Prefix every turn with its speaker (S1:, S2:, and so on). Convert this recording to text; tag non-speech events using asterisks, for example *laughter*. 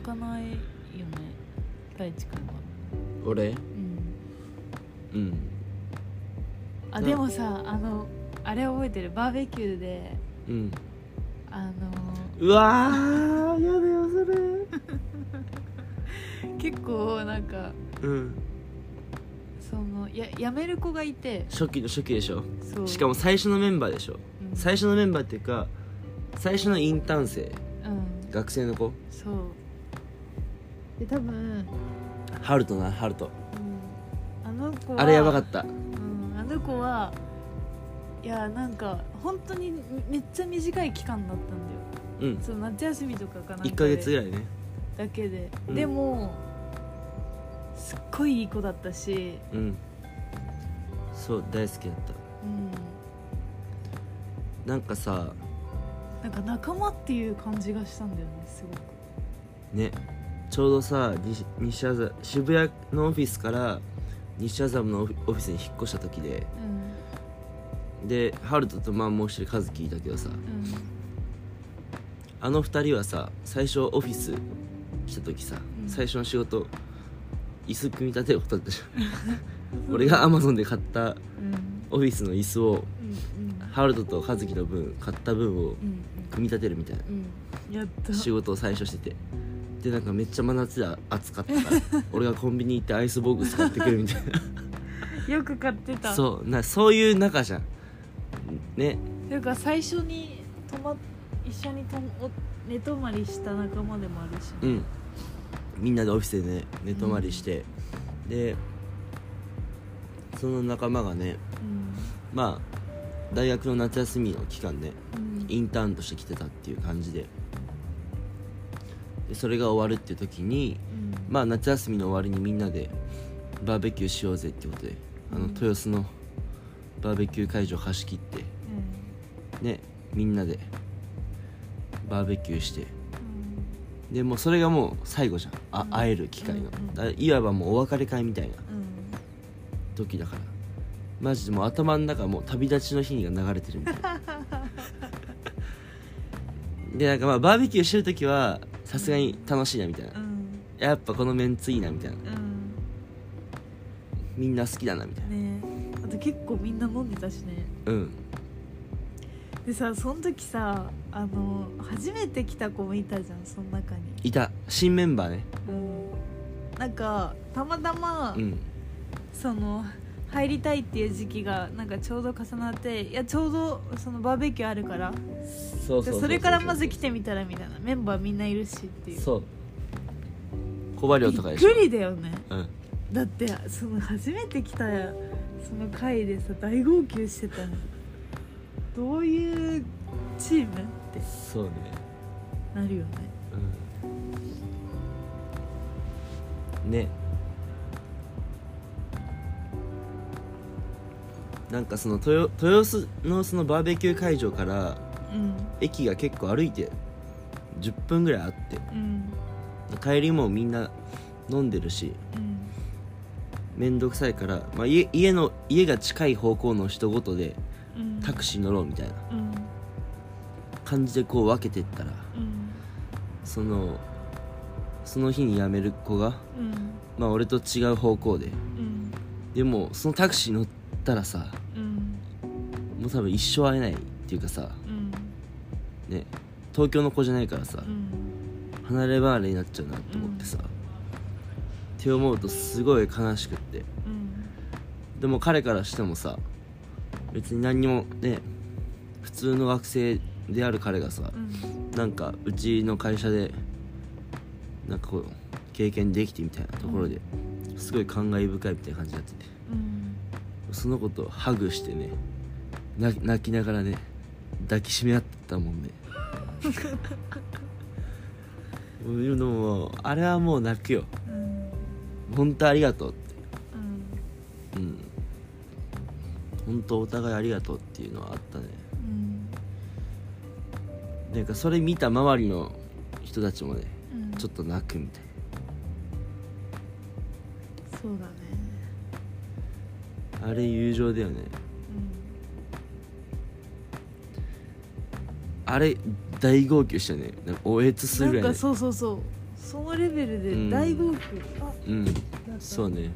S1: かないよね大地君はう
S2: 俺
S1: ん
S2: うん
S1: あ
S2: うん
S1: でもさあのあれ覚えてるバーベキューで
S2: うん
S1: あの
S2: うわーやだよそれ
S1: 結構なんか
S2: うん
S1: そのややめる子がいて
S2: 初期の初期でしょ
S1: そう
S2: しかも最初のメンバーでしょ
S1: うん
S2: 最初のメンバーっていうか最初のインターン生
S1: うん
S2: 学生の子
S1: そうで多分、
S2: ハルトなハルト
S1: あの子は
S2: あれやばかった
S1: うん、あの子はいやなんか本当にめっちゃ短い期間だったんだよ
S2: うん
S1: その夏休みとかかなんか
S2: 1ヶ月ぐ
S1: らい
S2: らいね
S1: だけで、
S2: うん
S1: でもすっごいいい子だったし、
S2: うんそう大好きだっ
S1: うん、
S2: たなんかさ
S1: なんか仲間っていう感じがしたんだよねすごく
S2: ねちょうどさ西西麻渋谷のオフィスから西麻布のオフオフィスに引っ越した時で
S1: うん
S2: でハルトとまあもう一人カズキいたけどさ
S1: うん
S2: あの二人はさ最初オフィスした時さ、
S1: うん
S2: 最初の仕事椅子組み立てることだったじ
S1: *laughs*
S2: ゃん俺がアマゾンで買った
S1: うん
S2: オフィスの椅子を
S1: うん
S2: ハルトとカズキの分買った分を
S1: うん
S2: 組み立てるみたいな
S1: うんうんやった
S2: 仕事を最初しててでなんかめっちゃ真夏で暑かったから
S1: *laughs*
S2: 俺がコンビニ行ってアイスボックス買ってくるみたい
S1: よく買って
S2: な
S1: た
S2: そうなそういう仲じゃんね
S1: ていうか最初に泊ま一緒にとお寝泊まりした仲間でもあるし、
S2: うんみんなでオフィスでね寝泊まりして、でその仲間がね
S1: うん
S2: まあ大学の夏休みの期間ね
S1: うん
S2: インターンとして来てたっていう感じででそれが終わるっていう時に
S1: うん
S2: まあ夏休みの終わりにみんなでバーベキューしようぜってことであの
S1: うん
S2: 豊洲のバーベキュー会場貸し切ってねみんなでバーベキューしてでもうそれがもう最後じゃんあ、
S1: うん
S2: 会える機会
S1: う
S2: の、
S1: んうん
S2: だいわばもうお別れ会みたいな
S1: うんうん
S2: 時だからマジでもう頭の中もう旅立ちの日が流れてるみたい
S1: *laughs*
S2: なでなんかまあバーベキューしてる時はさすがに楽しいなみたいな
S1: うん
S2: やっぱこのメンツいいなみたいな
S1: うん
S2: みんな好きだなみたいな
S1: ねあと結構みんな飲んでたしね
S2: うん
S1: でさその時さあの初めて来た子もいたじゃんその中に
S2: いた新メンバーね
S1: うんなんかたまたま、
S2: うん
S1: その入りたいっていう時期がなんかちょうど重なっていやちょうどそのバーベキューあるから
S2: そう
S1: じゃあそれからまず来てみたらみたいなメンバーみんないるしっていう
S2: そう小羽
S1: び
S2: 寮とか
S1: っ
S2: でしょ
S1: くりだよね
S2: うん
S1: だってその初めて来たその会でさ大号泣してたのどういうチームって
S2: そうね
S1: なるよね
S2: うんねなんかその豊豊洲のそのバーベキュー会場から
S1: うん
S2: 駅が結構歩いて10分ぐらいあって
S1: うん
S2: 帰りもみんな飲んでるし
S1: うん
S2: 面倒くさいから、まあ、家家の家が近い方向の人ごとで
S1: うん
S2: タクシー乗ろうみたいな
S1: うん
S2: 感じでこう分けてったら
S1: うん
S2: そのその日に辞める子が、
S1: うん
S2: まあ、俺と違う方向で
S1: うん
S2: でもそのタクシー乗ったらさ
S1: うん
S2: もう多分一生会えないっていうかさ
S1: うん
S2: ね東京の子じゃないからさ
S1: うん
S2: 離れ離れになっちゃうなって思ってさ、って思うとすごい悲しくって
S1: うん
S2: でも彼からしてもさ別に何にもね普通の学生である彼がさ
S1: うん
S2: なんかうちの会社でなんかこう経験できてみたいなところですごい感慨深いみたいな感じになってて
S1: うん
S2: その子とハグしてねな泣きながらね抱きしめ合ってたもんねもうでももうあれはもう泣くよ
S1: うん
S2: 本当ありがとうって
S1: うん
S2: うん本当お互いありがとうっていうのはあったね
S1: うん
S2: なんかそれ見た周りの人たちもね
S1: うん
S2: ちょっと泣くみたいな
S1: そうだね
S2: あれ友情だよねあれ大号泣したねなんかおえつす
S1: う
S2: る
S1: ん
S2: ぐ
S1: なん
S2: らい
S1: か
S2: ね
S1: そうそうそうそのレベルで大号泣、あ
S2: うん
S1: なんか
S2: そうね